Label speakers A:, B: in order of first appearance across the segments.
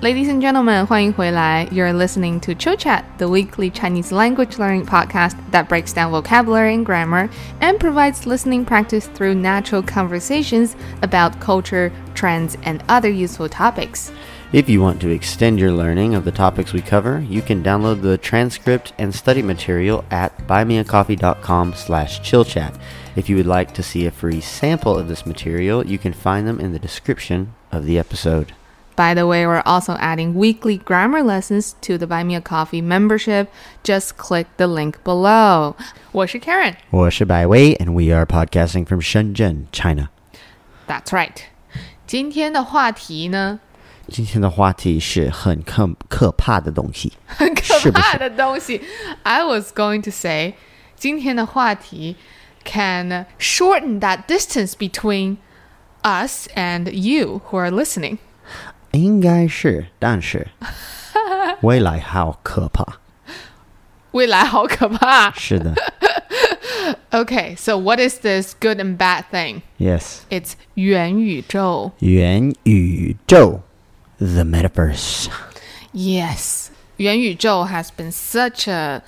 A: Ladies and gentlemen, 欢迎回来。You're listening to Chill Chat, the weekly Chinese language learning podcast that breaks down vocabulary and grammar and provides listening practice through natural conversations about culture, trends, and other useful topics.
B: If you want to extend your learning of the topics we cover, you can download the transcript and study material at buymeacoffee.com slash chillchat. If you would like to see a free sample of this material, you can find them in the description of the episode.
A: By the way, we're also adding weekly grammar lessons to the Buy Me a Coffee membership. Just click the link below. 我是 Karen.
B: 我是百威, and we are podcasting from Shenzhen, China.
A: That's right. 今天的话题呢，
B: 今天的话题是很可可怕的东西，
A: 很可
B: 是不
A: 怕
B: 是
A: 的东西。I was going to say，今天的话题 can shorten that distance between us and you who are listening。
B: 应该是，但是
A: 未来好可怕。
B: 未来好可怕。是的，yes，
A: Okay, so what is this good and bad thing? It's 元宇宙。
B: 元宇宙，the metaverse
A: Yes. 元宇宙 has been such a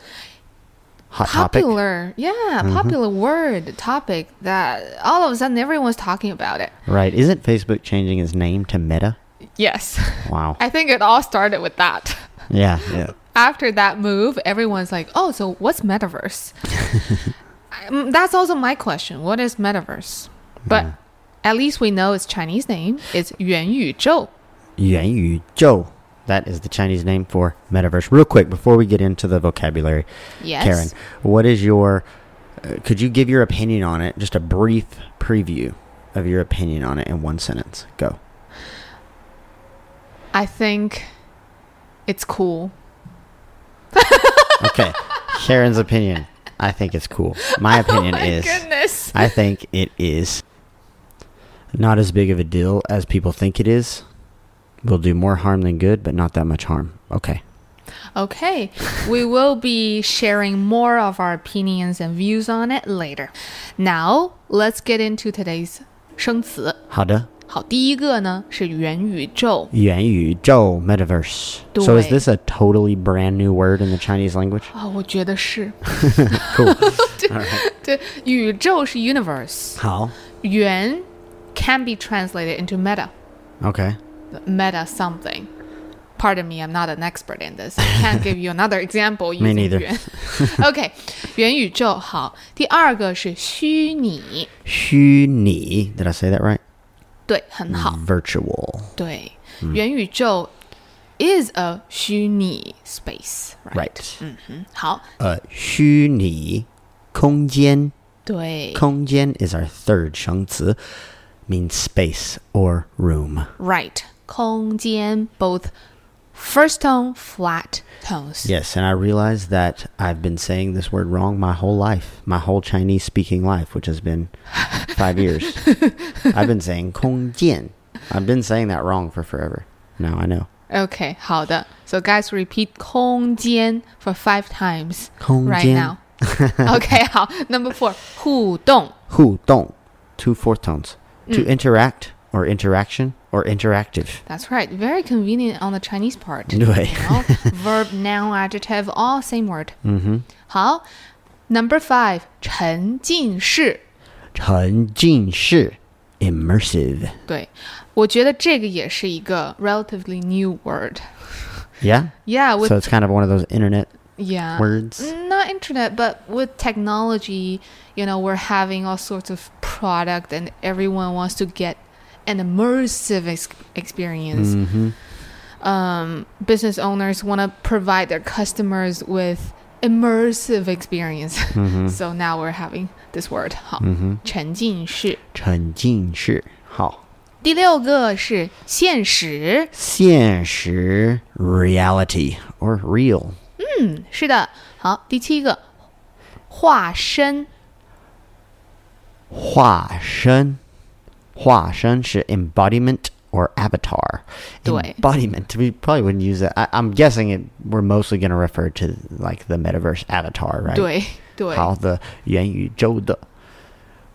B: hot topic. Mm-hmm。
A: popular, yeah, popular word topic that all of a sudden everyone's talking about it.
B: Right. Isn't Facebook changing its name to Meta?
A: Yes.
B: Wow.
A: I think it all started with that.
B: Yeah. yeah.
A: After that move, everyone's like, "Oh, so what's metaverse?" Um, That's also my question. What is metaverse? But at least we know its Chinese name. It's 元宇宙.
B: 元宇宙. That is the Chinese name for metaverse. Real quick, before we get into the vocabulary,
A: Yes.
B: Karen, what is your. Uh, could you give your opinion on it? Just a brief preview of your opinion on it in one sentence. Go.
A: I think it's cool.
B: Okay. Karen's opinion. I think it's cool. My opinion
A: Oh My
B: is.
A: goodness.
B: I think it is not as big of a deal as people think it is. Will do more harm than good, but not that much harm. Okay.
A: Okay, we will be sharing more of our opinions and views on it later. Now, let's get into today's 生词。
B: 好的，
A: 好，第一个呢是元宇宙。
B: 元宇宙 metaverse. So is
A: 对。
B: this a totally brand new word in the Chinese language?
A: 啊、我觉得是
B: Cool.
A: 对，宇宙是 universe，
B: 好
A: 元 can be translated into meta
B: ，OK.
A: meta something. Pardon me, I'm not an expert in this. I can't give you another example.
B: Me neither.
A: OK，元宇宙好。第二个是虚拟，
B: 虚拟 Did I say that right?
A: 对，很
B: Mm.
A: 好。
B: Virtual.
A: 对，
B: Mm.
A: 元宇宙 is a 虚拟 space，
B: Right.
A: 嗯哼，好，
B: 呃，虚拟空间
A: 对
B: 空间 is our third 生词，means space or room.
A: ，right，空间 both first tone flat tones，
B: Yes, and I realize that I've been saying this word wrong my whole life, my whole Chinese speaking life, which has been five years. I've been saying 空间. I've been saying that wrong for forever. Now I know.
A: OK，好的，So guys repeat 空间 for five times
B: 空
A: right
B: 间
A: now。OK，好，Number four，互动
B: 互动, two fourth tones. To interact or interaction or interactive.
A: ，That's right，very convenient on the Chinese part。
B: 对。
A: 然后 verb, noun, adjective all same word。嗯
B: Mm-hmm.
A: 哼，好，Number five，沉浸式。
B: 沉浸式, immersive.
A: 对，我觉得这个也是一个 relatively new word。
B: Yeah?
A: Yeah, Uh, with Uh,
B: So it's kind of one of those internet
A: yeah
B: words.
A: Not internet, but with technology, you know, we're having all sorts of product, and everyone wants to get an immersive ex-
B: Mm.
A: experience.
B: Mm-hmm.
A: Um, business owners want to provide their customers with immersive experience.
B: Mm-hmm.
A: so now we're having this word. 好，沉浸式。
B: 沉浸式,好。
A: 第六个是现实。
B: 现实 reality or real
A: 嗯，是的。好，第七个，化身。
B: 化身，化身是 embodiment or avatar.
A: 对
B: Embodiment. We probably wouldn't use that. I, I'm guessing it, we're mostly going to refer to like the metaverse avatar, right?
A: 对对
B: 好的元宇宙的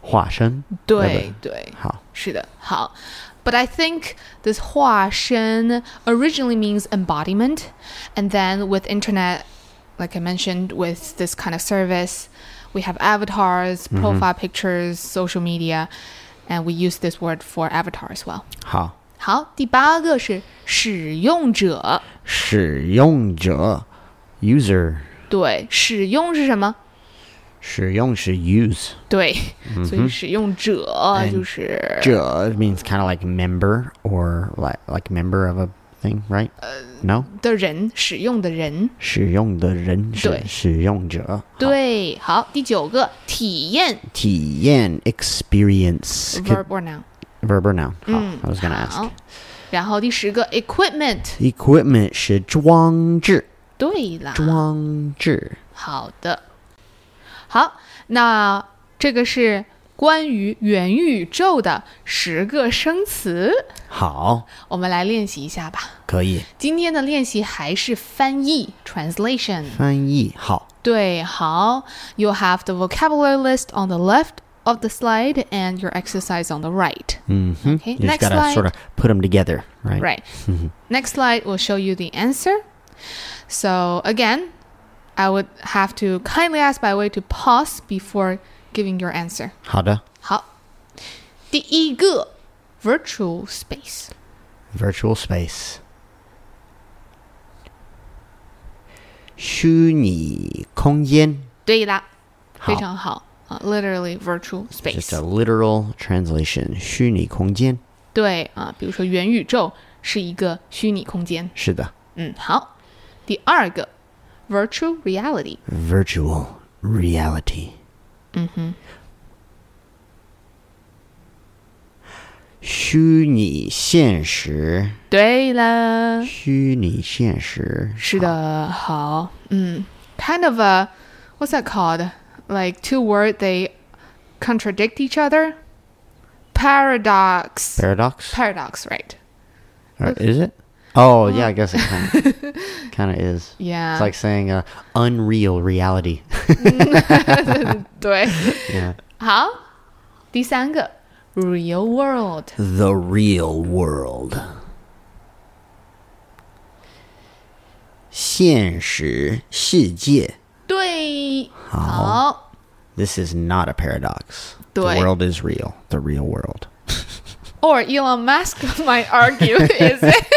B: 化身。
A: 对对，
B: 好，
A: 是的，好。But I think this Hua Shen originally means embodiment, and then with internet, like I mentioned, with this kind of service, we have avatars, profile pictures, social media, and we use this word for avatar as well.
B: 好，
A: 好，第八个是使用者。
B: 使用者 user，
A: 对，使用是什么？
B: 使用是 use
A: 对，所以使用者
B: And
A: 就是
B: 者 means kind of like member or like like member of a thing, right?
A: Uh,
B: no，
A: 的人，使用的人。
B: 使用的人是
A: 对
B: 使用者。好
A: 对，好，第九个体验
B: 体验 experience
A: verb Mm, or noun。
B: verb or noun. 好
A: 嗯
B: I was gonna
A: 好
B: ask.
A: 然后第十个 equipment。
B: Equipment 是装置，
A: 对啦，
B: 装置。
A: 好的，好，那这个是关于元宇宙的十个生词，
B: 好，
A: 我们来练习一下吧。
B: 可以
A: 今天的练习还是翻译 translation。
B: 翻译。好，
A: 对，好，you have the vocabulary list on the left of the slide and your exercise on the right.
B: 嗯哼
A: Okay,
B: Mm-hmm. you just
A: next
B: gotta
A: slide.
B: sort of put them together, right?
A: Right. Next slide will show you the answer. So again, I would have to kindly ask by way to pause before giving your answer.
B: 好的
A: 好，第一个 virtual space
B: ，virtual space，虚拟空间。好。
A: 对啦，非常好啊、uh,，literally virtual
B: Just
A: space
B: a literal translation，虚拟空间。
A: 对啊、uh,，比如说元宇宙是一个虚拟空间。
B: 是的
A: 嗯，好。第二个，virtual reality，
B: ，virtual reality。
A: 嗯哼，
B: 虚拟现实，
A: 对了，
B: 虚拟现实。
A: 是的，好，嗯，kind of a what's that called? Like two words they contradict each other. Paradox.
B: Paradox?
A: Paradox, right?
B: Or is it? Oh, yeah, I guess it kind of, kind of is.
A: Yeah.
B: It's like saying uh, unreal reality.
A: 对，
B: yeah.
A: 好。第三个，real world，
B: The real world. 现实世界.
A: 对，好，
B: This is not a paradox. The
A: 对。
B: world is real. The real world.
A: Or Elon Musk might argue, is it?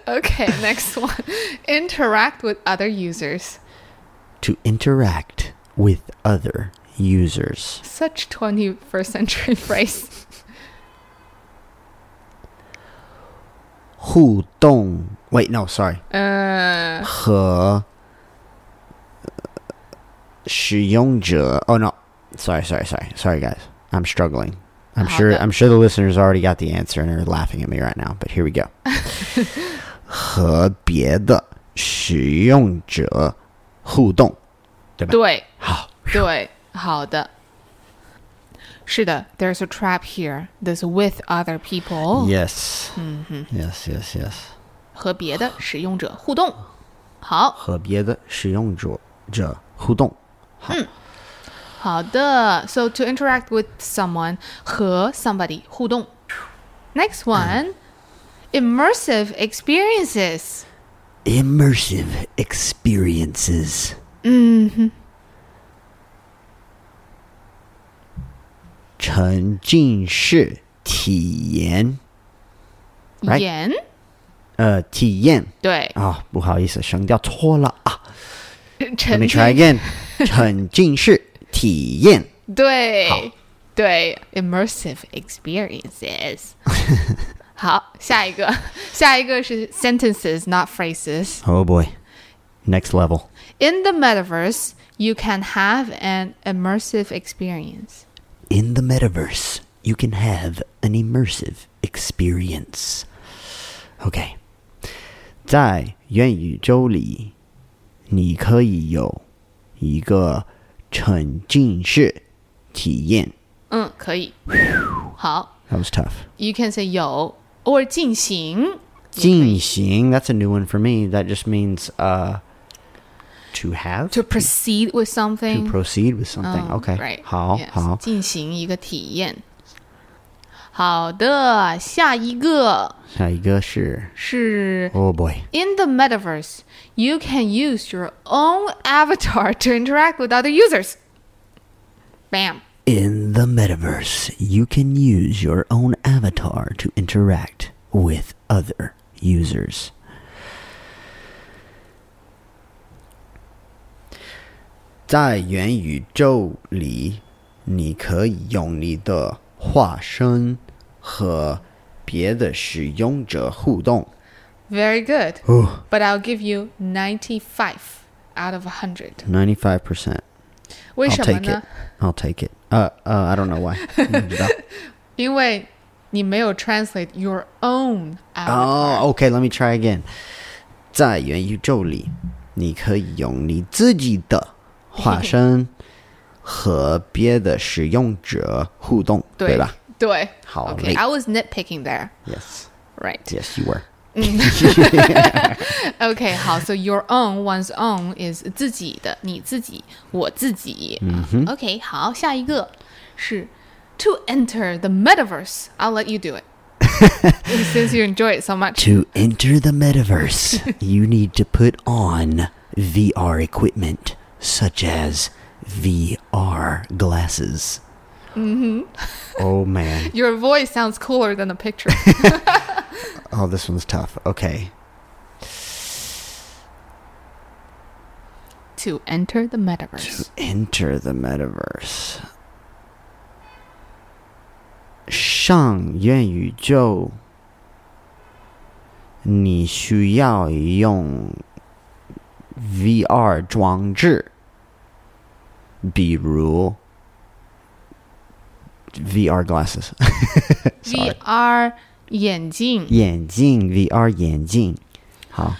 A: okay, next one. Interact with other users.
B: To interact with other users.
A: Such 21st century phrase.
B: 互动. Wait, no, sorry.
A: Uh,
B: 和使用者 oh no sorry sorry sorry sorry guys I'm struggling I'm
A: 好
B: sure
A: 的
B: I'm sure the listeners already got the answer and are laughing at me right now but here we go 和别的使用者互动对吧
A: 对，
B: 好
A: 对，好的。是的，there's a trap here. This with other people
B: yes yes yes yes
A: 和别的使用者互动。好
B: 和别的使用者者互动
A: 好的，so to interact with someone 和 somebody 互动。Next one,
B: Mm.
A: immersive experiences.
B: immersive experiences. Mm-hmm. 沉浸式体验, Right?
A: 盐，
B: 呃,体验.
A: 对，
B: Oh, 不好意思,声调错了啊.
A: 沉
B: Let me
A: 浸
B: try again. 沉浸式体验.
A: 对对，immersive experiences。好，下一个， 下一个是 sentences not phrases。
B: Oh boy. Next level.
A: In the metaverse, you can have an immersive experience.
B: In the metaverse, you can have an immersive experience. OK，在元宇宙里，你可以有一个沉浸式体验。
A: 嗯，可以。好，
B: That was tough.
A: You can say 有 or 进行.
B: 进行, that's a new one for me. That just means uh, to have,
A: To proceed with something.
B: to proceed with something.
A: Um,
B: okay.
A: Right.
B: 好,
A: yes,
B: 好。
A: 进行一个体验。好的，下一个是
B: 下一个是- Oh boy.
A: In the metaverse, you can use your own avatar to interact with other users. Bam.
B: In the metaverse, you can use your own avatar to interact with other users.
A: Very good.
B: Ooh.
A: But I'll give you 95 out of 100.
B: 95%. I'll take it.
A: 为什么呢？
B: I'll take it. Uh, uh, I don't know why. 不知道。
A: 因为你没有 translate your own avatar.
B: Oh, okay. Let me try again. 在元宇宙里，你可以用你自己的化身和别的使用者互动，对
A: 对
B: 吧
A: 对。
B: 好
A: Okay,
B: 嘞
A: I was nitpicking there.
B: ？Yes,
A: Right.
B: yes, you were.
A: Okay, 好，so your own, one's own is 自己的，你自己，我自己。嗯 OK，好，下一个是 to enter the metaverse. I'll let you do it since you enjoy it so much.
B: To enter the metaverse, you need to put on VR equipment such as VR glasses. Mm-hmm. Oh man.
A: Your voice sounds cooler than the picture.
B: Oh, this one's tough. Okay.
A: to enter the metaverse.
B: Enter the metaverse. 上元宇宙，你需要用 VR 装置，比如 VR glasses Sorry
A: VR 眼镜，
B: 眼镜，VR 眼镜。好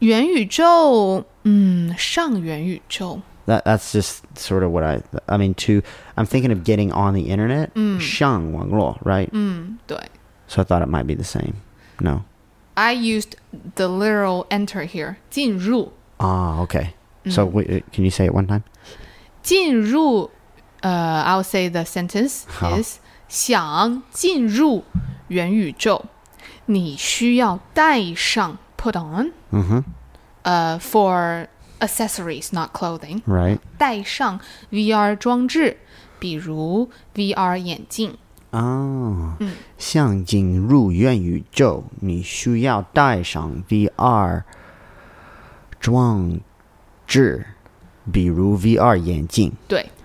A: 元宇宙，嗯，上元宇宙。
B: ，that that's just sort of what I I mean to I'm thinking of getting on the internet 上网络，right？
A: 嗯，对。
B: So I thought it might be the same. No.
A: I used the literal enter here. 进入。
B: Ah, okay. So we, can you say it one time?
A: 进入, uh, I'll say the sentence
B: 好。
A: is 想进入元宇宙，你需要带上 put on
B: Mm-hmm.
A: uh for accessories not clothing
B: Right.
A: 带上 VR 装置，比如 VR 眼镜。
B: Oh. 像进入元宇宙，你需要带上 VR 装置，比如 VR 眼镜。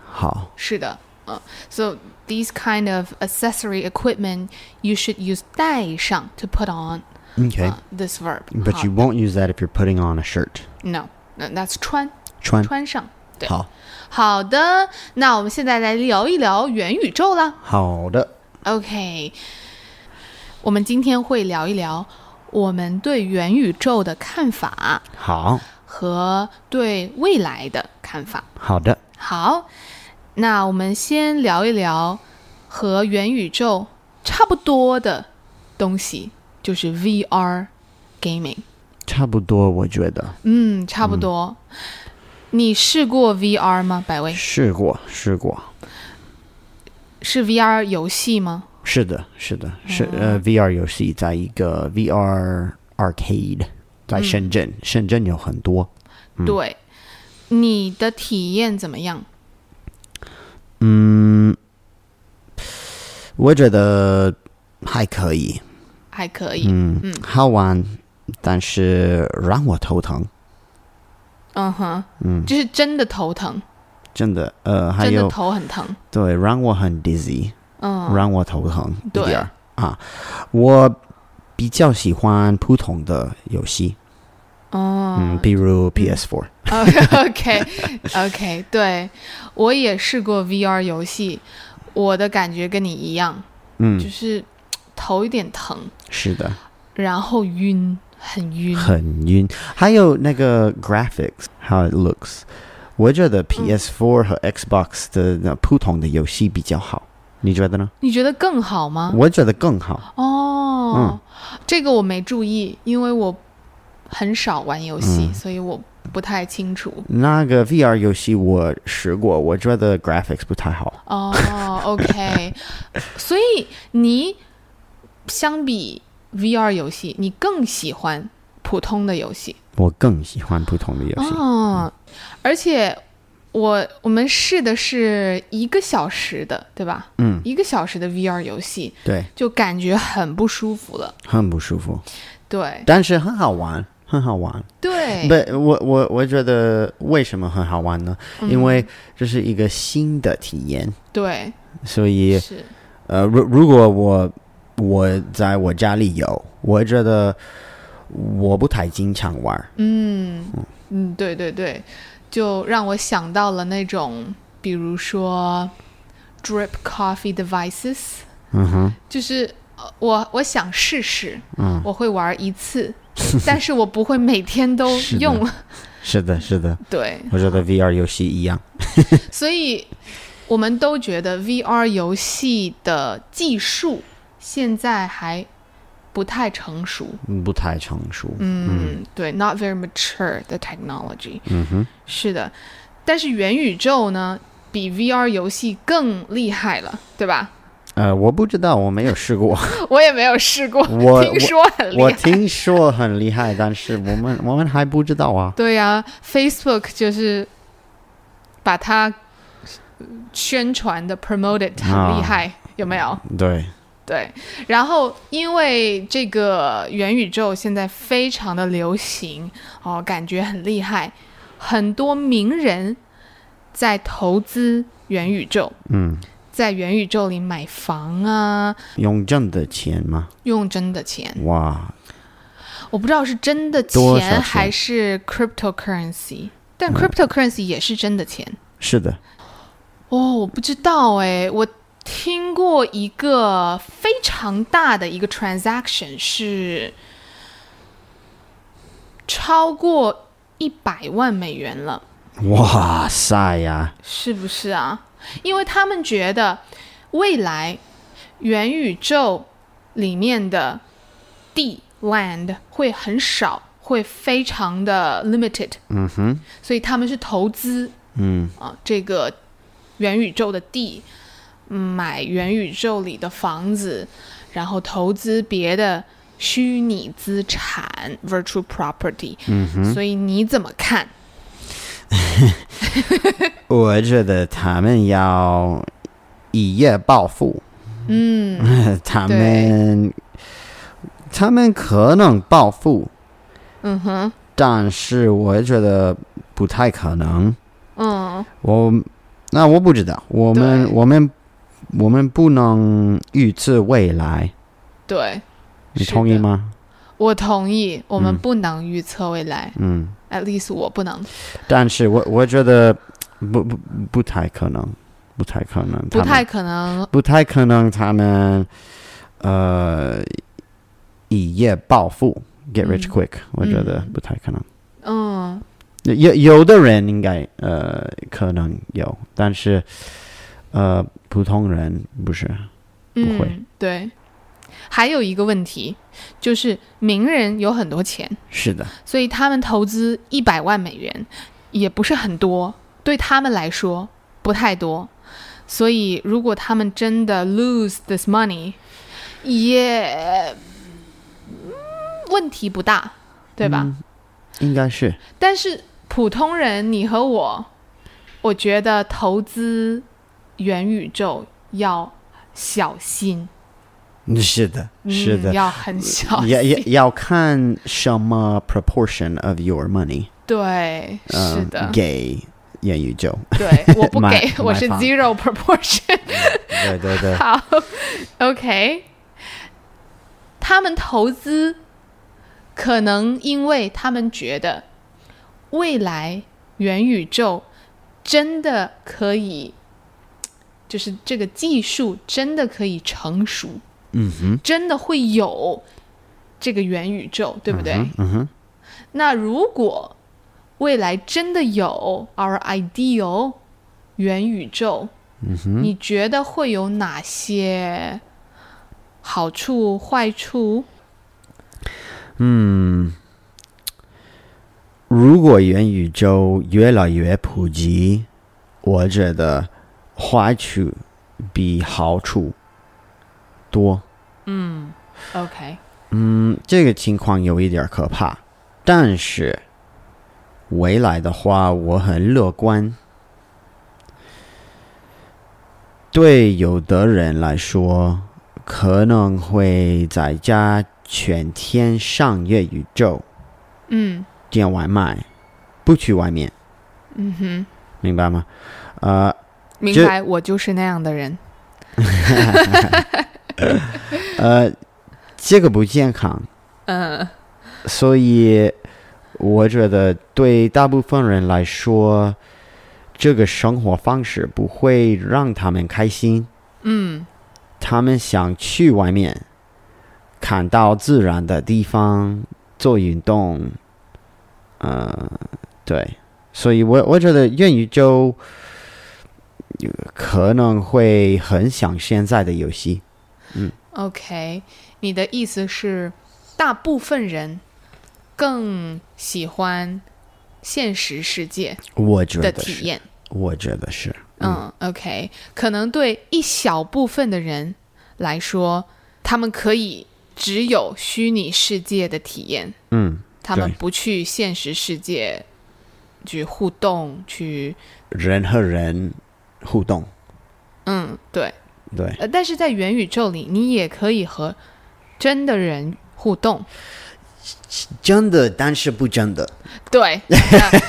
B: 好，
A: 对，是的，嗯、uh,，so these kind of accessory equipment you should use 带上 to put on
B: okay.
A: uh, this verb.
B: but you won't use that if you're putting on a shirt.
A: no, no, that's 穿。
B: 穿
A: 穿上。对，
B: 好
A: 好的，那我们现在来聊一聊元宇宙啦。
B: 好的
A: OK，我们今天会聊一聊我们对元宇宙的看法
B: 好
A: 和对未来的看法。
B: 好的
A: 好，那我们先聊一聊和元宇宙差不多的东西，就是 VR gaming。
B: 差不多我觉得
A: 嗯，差不多。你试过 VR 吗？百威
B: 试过试过
A: 是 VR 游戏吗？
B: 是的，是的，
A: 哦
B: 是呃，VR 游戏在一个 VR arcade，在
A: 嗯
B: 深圳，深圳有很多。
A: 对，你的体验怎么样？
B: 嗯，我觉得还可以，
A: 还可以。
B: 嗯，好玩，但是让我头疼，
A: 嗯哼，就是真的头疼，
B: 真的，呃，还
A: 真的
B: 有
A: 头很 疼。
B: 对，让我很 dizzy，
A: 嗯，
B: 让我头疼一
A: 对
B: 点儿啊。我比较喜欢普通的游戏，嗯，
A: 哦、嗯
B: 比如 PS4，
A: o k OK，对我也试过 VR 游戏，我的感觉跟你一样，
B: 嗯
A: 就，是头有点疼，
B: 是的。
A: 然后晕，很晕。
B: 很晕。还有那个 graphics how it
A: 嗯
B: looks，我觉得 PS4 和 Xbox 的那普通的游戏比较好。你觉得呢？
A: 你觉得更好吗？
B: 我嗯觉得更好。
A: 哦，这个我没注意，因为我很少玩游戏，
B: 嗯
A: 所以我不太清楚。
B: 那个 VR 游戏我试过，我觉得 graphics 不太好。
A: 哦，OK，所以你相比 VR 游戏，你更喜欢普通的游戏
B: 我更喜欢普通的游戏。
A: 哦，而且我我们试的是一个小时的，对吧？
B: 嗯，
A: 一个小时的 VR 游戏
B: 对，
A: 就感觉很不舒服了。
B: 很不舒服，
A: 对
B: 但是很好玩，很好玩。
A: 对，
B: 不，我我我觉得为什么很好玩呢？
A: 嗯
B: 因为这是一个新的体验，
A: 对
B: 所以
A: 是
B: 呃，如如果我我在我家里有，我觉得我不太经常玩儿。
A: 嗯嗯，对对对，就让我想到了那种，比如说 drip coffee devices。
B: 嗯哼，嗯
A: 就是呃我我想试试，我会玩一次， 但是我不会每天都
B: 是的
A: 用。
B: 是的，是的，
A: 对，
B: 我觉得 VR 游戏一样。
A: 所以我们都觉得 VR 游戏的技术现在还不太成熟。
B: 不太成熟。
A: 嗯，对，not very mature 的 technology。嗯哼，是的，但是元宇宙呢，比 VR 游戏更厉害了，对吧？
B: 呃，我不知道，我没有试过。
A: 我也没有试过，
B: 我
A: 听说很厉害。
B: 我听说很厉害，但是我们我们还不知道啊。
A: 对呀、f a c e b o o k 就是把它呃宣传的 promoted 很厉害，有没有？
B: 对，
A: 对，然后因为这个元宇宙现在非常的流行哦，感觉很厉害，很多名人在投资元宇宙，
B: 嗯，
A: 在元宇宙里买房啊，
B: 用挣的钱吗？
A: 用真的钱，
B: 哇，
A: 我不知道是真的
B: 多少钱嗯
A: 钱还是 cryptocurrency，但 cryptocurrency 也是真的钱。
B: 是的，
A: 哦，我不知道哎，我听过一个非常大的一个 transaction 是超过一百万美元了，
B: 哇塞呀、
A: 是不是啊？因为他们觉得未来元宇宙里面的地 land 会很少，会非常的 limited，
B: 嗯哼，
A: 所以他们是投资
B: 嗯
A: 啊，这个元宇宙的地，嗯买元宇宙里的房子，然后投资别的虚拟资产 （virtual property）。
B: 嗯哼，
A: 所以你怎么看？
B: 我觉得他们要一夜暴富，
A: 嗯，
B: 他们他们可能暴富，
A: 嗯哼，
B: 但是我觉得不太可能。
A: 嗯，
B: 我那我不知道，我们
A: 对
B: 我们我们不能预测未来，
A: 对，
B: 你
A: 是
B: 同意
A: 的？
B: 吗？
A: 我同意，我们
B: 嗯
A: 不能预测未来、
B: 嗯，
A: at least 我不能，
B: 但是我我觉得不不不太可能，不太可能，
A: 不
B: 他们
A: 太可能。
B: 不太可能，他们呃一夜暴富，get rich
A: 嗯
B: quick，、我觉得
A: 嗯
B: 不太可能。
A: 嗯，
B: 有有的人应该呃可能有，但是呃普通人不是。不会
A: 嗯，对。还有一个问题就是，名人有很多钱，
B: 是的，
A: 所以他们投资一百万美元也不是很多，对他们来说不太多。所以如果他们真的 lose this money，也、嗯问题不大，对
B: 嗯
A: 吧？
B: 应该是
A: 但是普通人，你和我，我觉得投资元宇宙要小心，
B: 是的，是
A: 嗯、
B: 的，
A: 要很小心，
B: 也也要看什么 proportion of your money，
A: 对，
B: 呃
A: 是的，
B: 给元宇宙，
A: 对，我不
B: 买
A: 给，我
B: 买
A: 是
B: 房
A: zero proportion。
B: 对对对，
A: 好，OK。他们投资，可能因为他们觉得未来元宇宙真的可以，就是这个技术真的可以成熟，
B: 嗯哼，
A: 真的会有这个元宇宙，对不对？
B: 嗯哼，
A: 那如果未来真的有 our ideal 元宇宙，你觉得会有哪些好处、坏处？
B: 嗯，如果元宇宙越来越普及，我觉得坏处比好处多。
A: 嗯，OK，
B: 嗯，这个情况有一点可怕，但是未来的话，我很乐观。对有的人来说，可能会在家全天上元宇宙
A: 嗯
B: 点外卖，不去外面，
A: 嗯哼，
B: 明白吗？呃
A: 明
B: 这
A: 白，我就是那样的人。
B: 呃，这个不健康，
A: 嗯
B: 所以我觉得对大部分人来说，这个生活方式不会让他们开心。
A: 嗯
B: 他们想去外面看到自然的地方做运动，呃，对，所以我我觉得愿宇宙有可能会很想现在的游戏，
A: ，OK，你的意思是，大部分人更喜欢现实世界
B: 我觉
A: 的
B: 得
A: 体
B: 是，
A: 验。
B: 我觉得是，
A: 嗯，OK，可能对一小部分的人来说，他们可以只有虚拟世界的体验，
B: 嗯，
A: 他们
B: 对
A: 不去现实世界去互动，去
B: 人和人互动，
A: 嗯，对。
B: 对，
A: 呃，但是在元宇宙里，你也可以和真的人互动，
B: 真的，但是不真的，
A: 对，那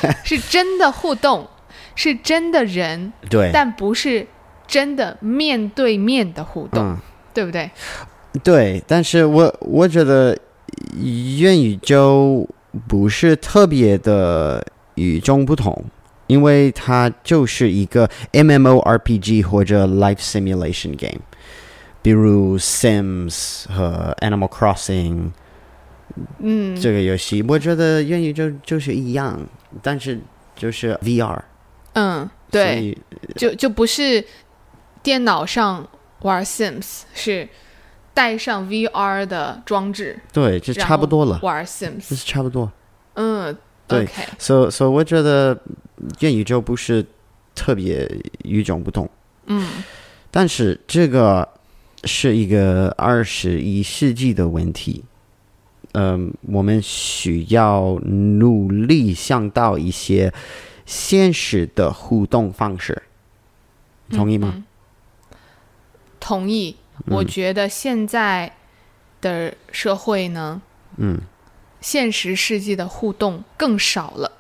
A: 呃 是真的互动，是真的人，
B: 对，
A: 但不是真的面对面的互动，
B: 嗯。
A: 对不对？
B: 对，但是我我觉得元宇宙不是特别的与众不同，因为它就是一个 MMORPG 或者 Life Simulation Game，比如 Sims 和 Animal Crossing
A: 嗯，
B: 这个游戏，我觉得元宇宙就是一样，但是就是 VR，
A: 嗯，
B: 所
A: 对。
B: 以
A: 就就不是电脑上玩 Sims，是带上 VR 的装置
B: 对，就
A: 然
B: 差不
A: 后
B: 多了，
A: 玩
B: 就
A: Sims。
B: 是差不多。
A: 嗯
B: 嗯对
A: ，OK，
B: 所以，所以我觉得元宇宙不是特别与众不同，
A: 嗯
B: 但是这个是一个二十一世纪的问题。嗯、我们需要努力想到一些现实的互动方式，同意吗？
A: 同意。
B: 嗯
A: 我觉得现在的社会呢，
B: 嗯，
A: 现实世界的互动更少了。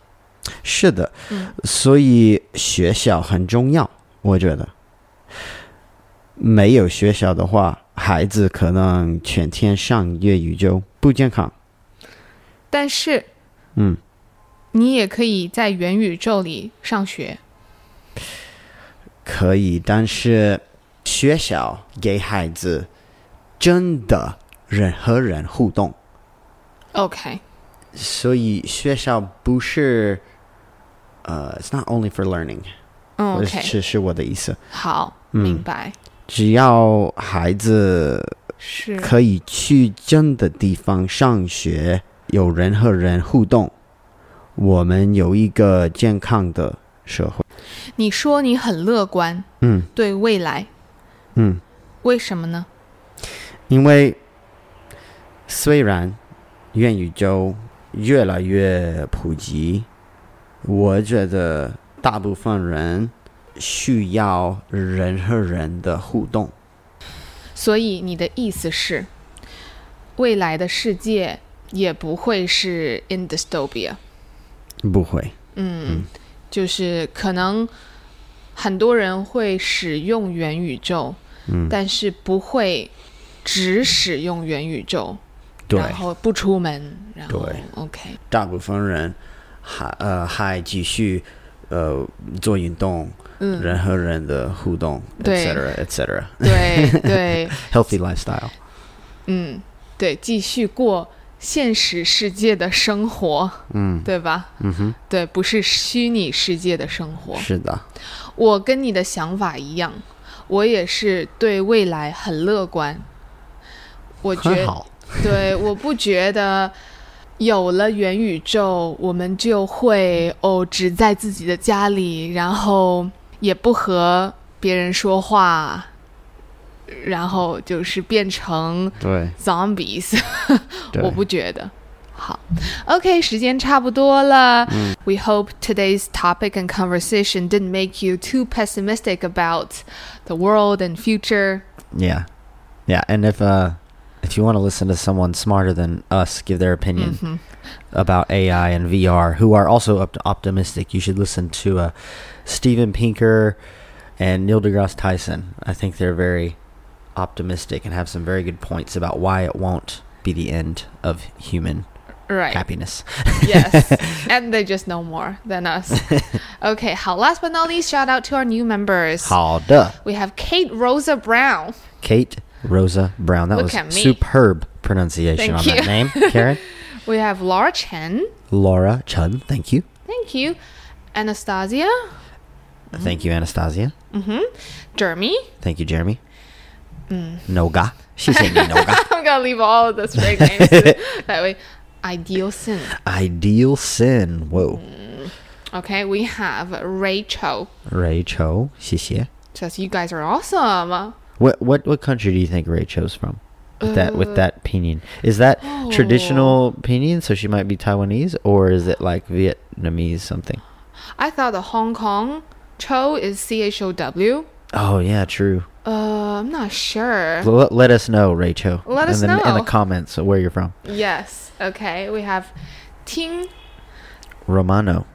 B: 是的，
A: 嗯
B: 所以学校很重要，我觉得。没有学校的话，孩子可能全天上粤语就不健康。
A: 但是
B: 嗯，
A: 你也可以在元宇宙里上学。
B: 可以，但是学校给孩子真的人和人互动，
A: OK，
B: 所以学校不是呃，it's not only for learning，
A: 嗯
B: 这
A: ，OK，
B: 呃是是我的意思。
A: 好，
B: 嗯
A: 明白。
B: 只要孩子
A: 是，
B: 可以去真的地方上学，有人和人互动，我们有一个健康的社会。
A: 你说你很乐观
B: 嗯
A: 对未来，
B: 嗯，
A: 为什么呢？
B: 因为虽然元宇宙越来越普及，我觉得大部分人需要人和人的互动。
A: 所以你的意思是，未来的世界也不会是 in dystopia，
B: 不会，
A: 嗯，就是可能很多人会使用元宇宙，
B: 嗯
A: 但是不会只使用元宇宙，
B: 对，
A: 然后不出门，然后
B: 对
A: OK，
B: 大部分人还呃还继续呃做运动，
A: 嗯，
B: 人和人的互动
A: 对
B: ，etc. etc.
A: 对对，
B: healthy lifestyle。
A: 嗯，对，继续过现实世界的生活，
B: 嗯
A: 对吧？
B: 嗯哼，
A: 对，不是虚拟世界的生活。
B: 是的，
A: 我跟你的想法一样，我也是对未来很乐观。我
B: 很
A: 觉
B: 好。
A: 对，我不觉得有了元宇宙，我们就会哦只在自己的家里，然后也不和别人说话，然后就是变成
B: 对，
A: zombies。
B: 对
A: 我不觉得。好，OK，时间差不多了。We hope today's topic and conversation didn't make you too pessimistic about the world and future.
B: Yeah, yeah. And if uh, if you want to listen to someone smarter than us give their opinion
A: Mhm.
B: about AI and VR, who are also up optimistic, you should listen to uh, Steven Pinker and Neil deGrasse Tyson. I think they're very optimistic and have some very good points about why it won't be the end of human
A: Right.
B: happiness.
A: yes. And they just know more than us. Okay, 好 last but not least, shout out to our new members.
B: How duh.
A: We have Kate Rosa Brown.
B: Kate Rosa Brown. That
A: Look
B: was
A: at me.
B: superb pronunciation
A: Thank
B: on that name. Karen.
A: We have Laura Chen.
B: Laura Chun. Thank you.
A: Thank you. Anastasia. Mm-hmm.
B: Thank you, Anastasia.
A: Jeremy.
B: Thank you, Jeremy.
A: Mm.
B: Noga. She said me Noga.
A: I'm going to leave all of the straight names. to- that way. Ideal Sin.
B: Ideal Sin. Whoa.
A: Mm. Okay, we have Rachel.
B: Ray Cho. Xie
A: Says you guys are awesome.
B: What what what country do you think Ray Cho's from? With that
A: Uh.
B: with that pinyin. Is that
A: Oh.
B: traditional pinyin? So she might be Taiwanese or is it like Vietnamese something?
A: I thought the Hong Kong Cho is C H O W.
B: Oh yeah, true.
A: Uh, I'm not sure.
B: L- Let, us know, Ray Cho.
A: Let us
B: in the, in
A: know.
B: the comments where you're from.
A: Yes. Okay, we have Ting.
B: Romano.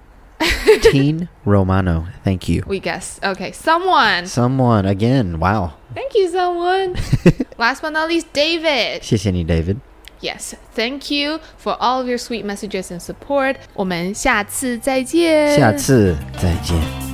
B: Teen Romano. Thank you.
A: We guess. Okay, someone.
B: Someone again. Wow.
A: Thank you, someone. Last but not least, David.
B: 谢谢你, David.
A: Yes, thank you for all of your sweet messages and support. 我们下次再见。
B: 下次再见。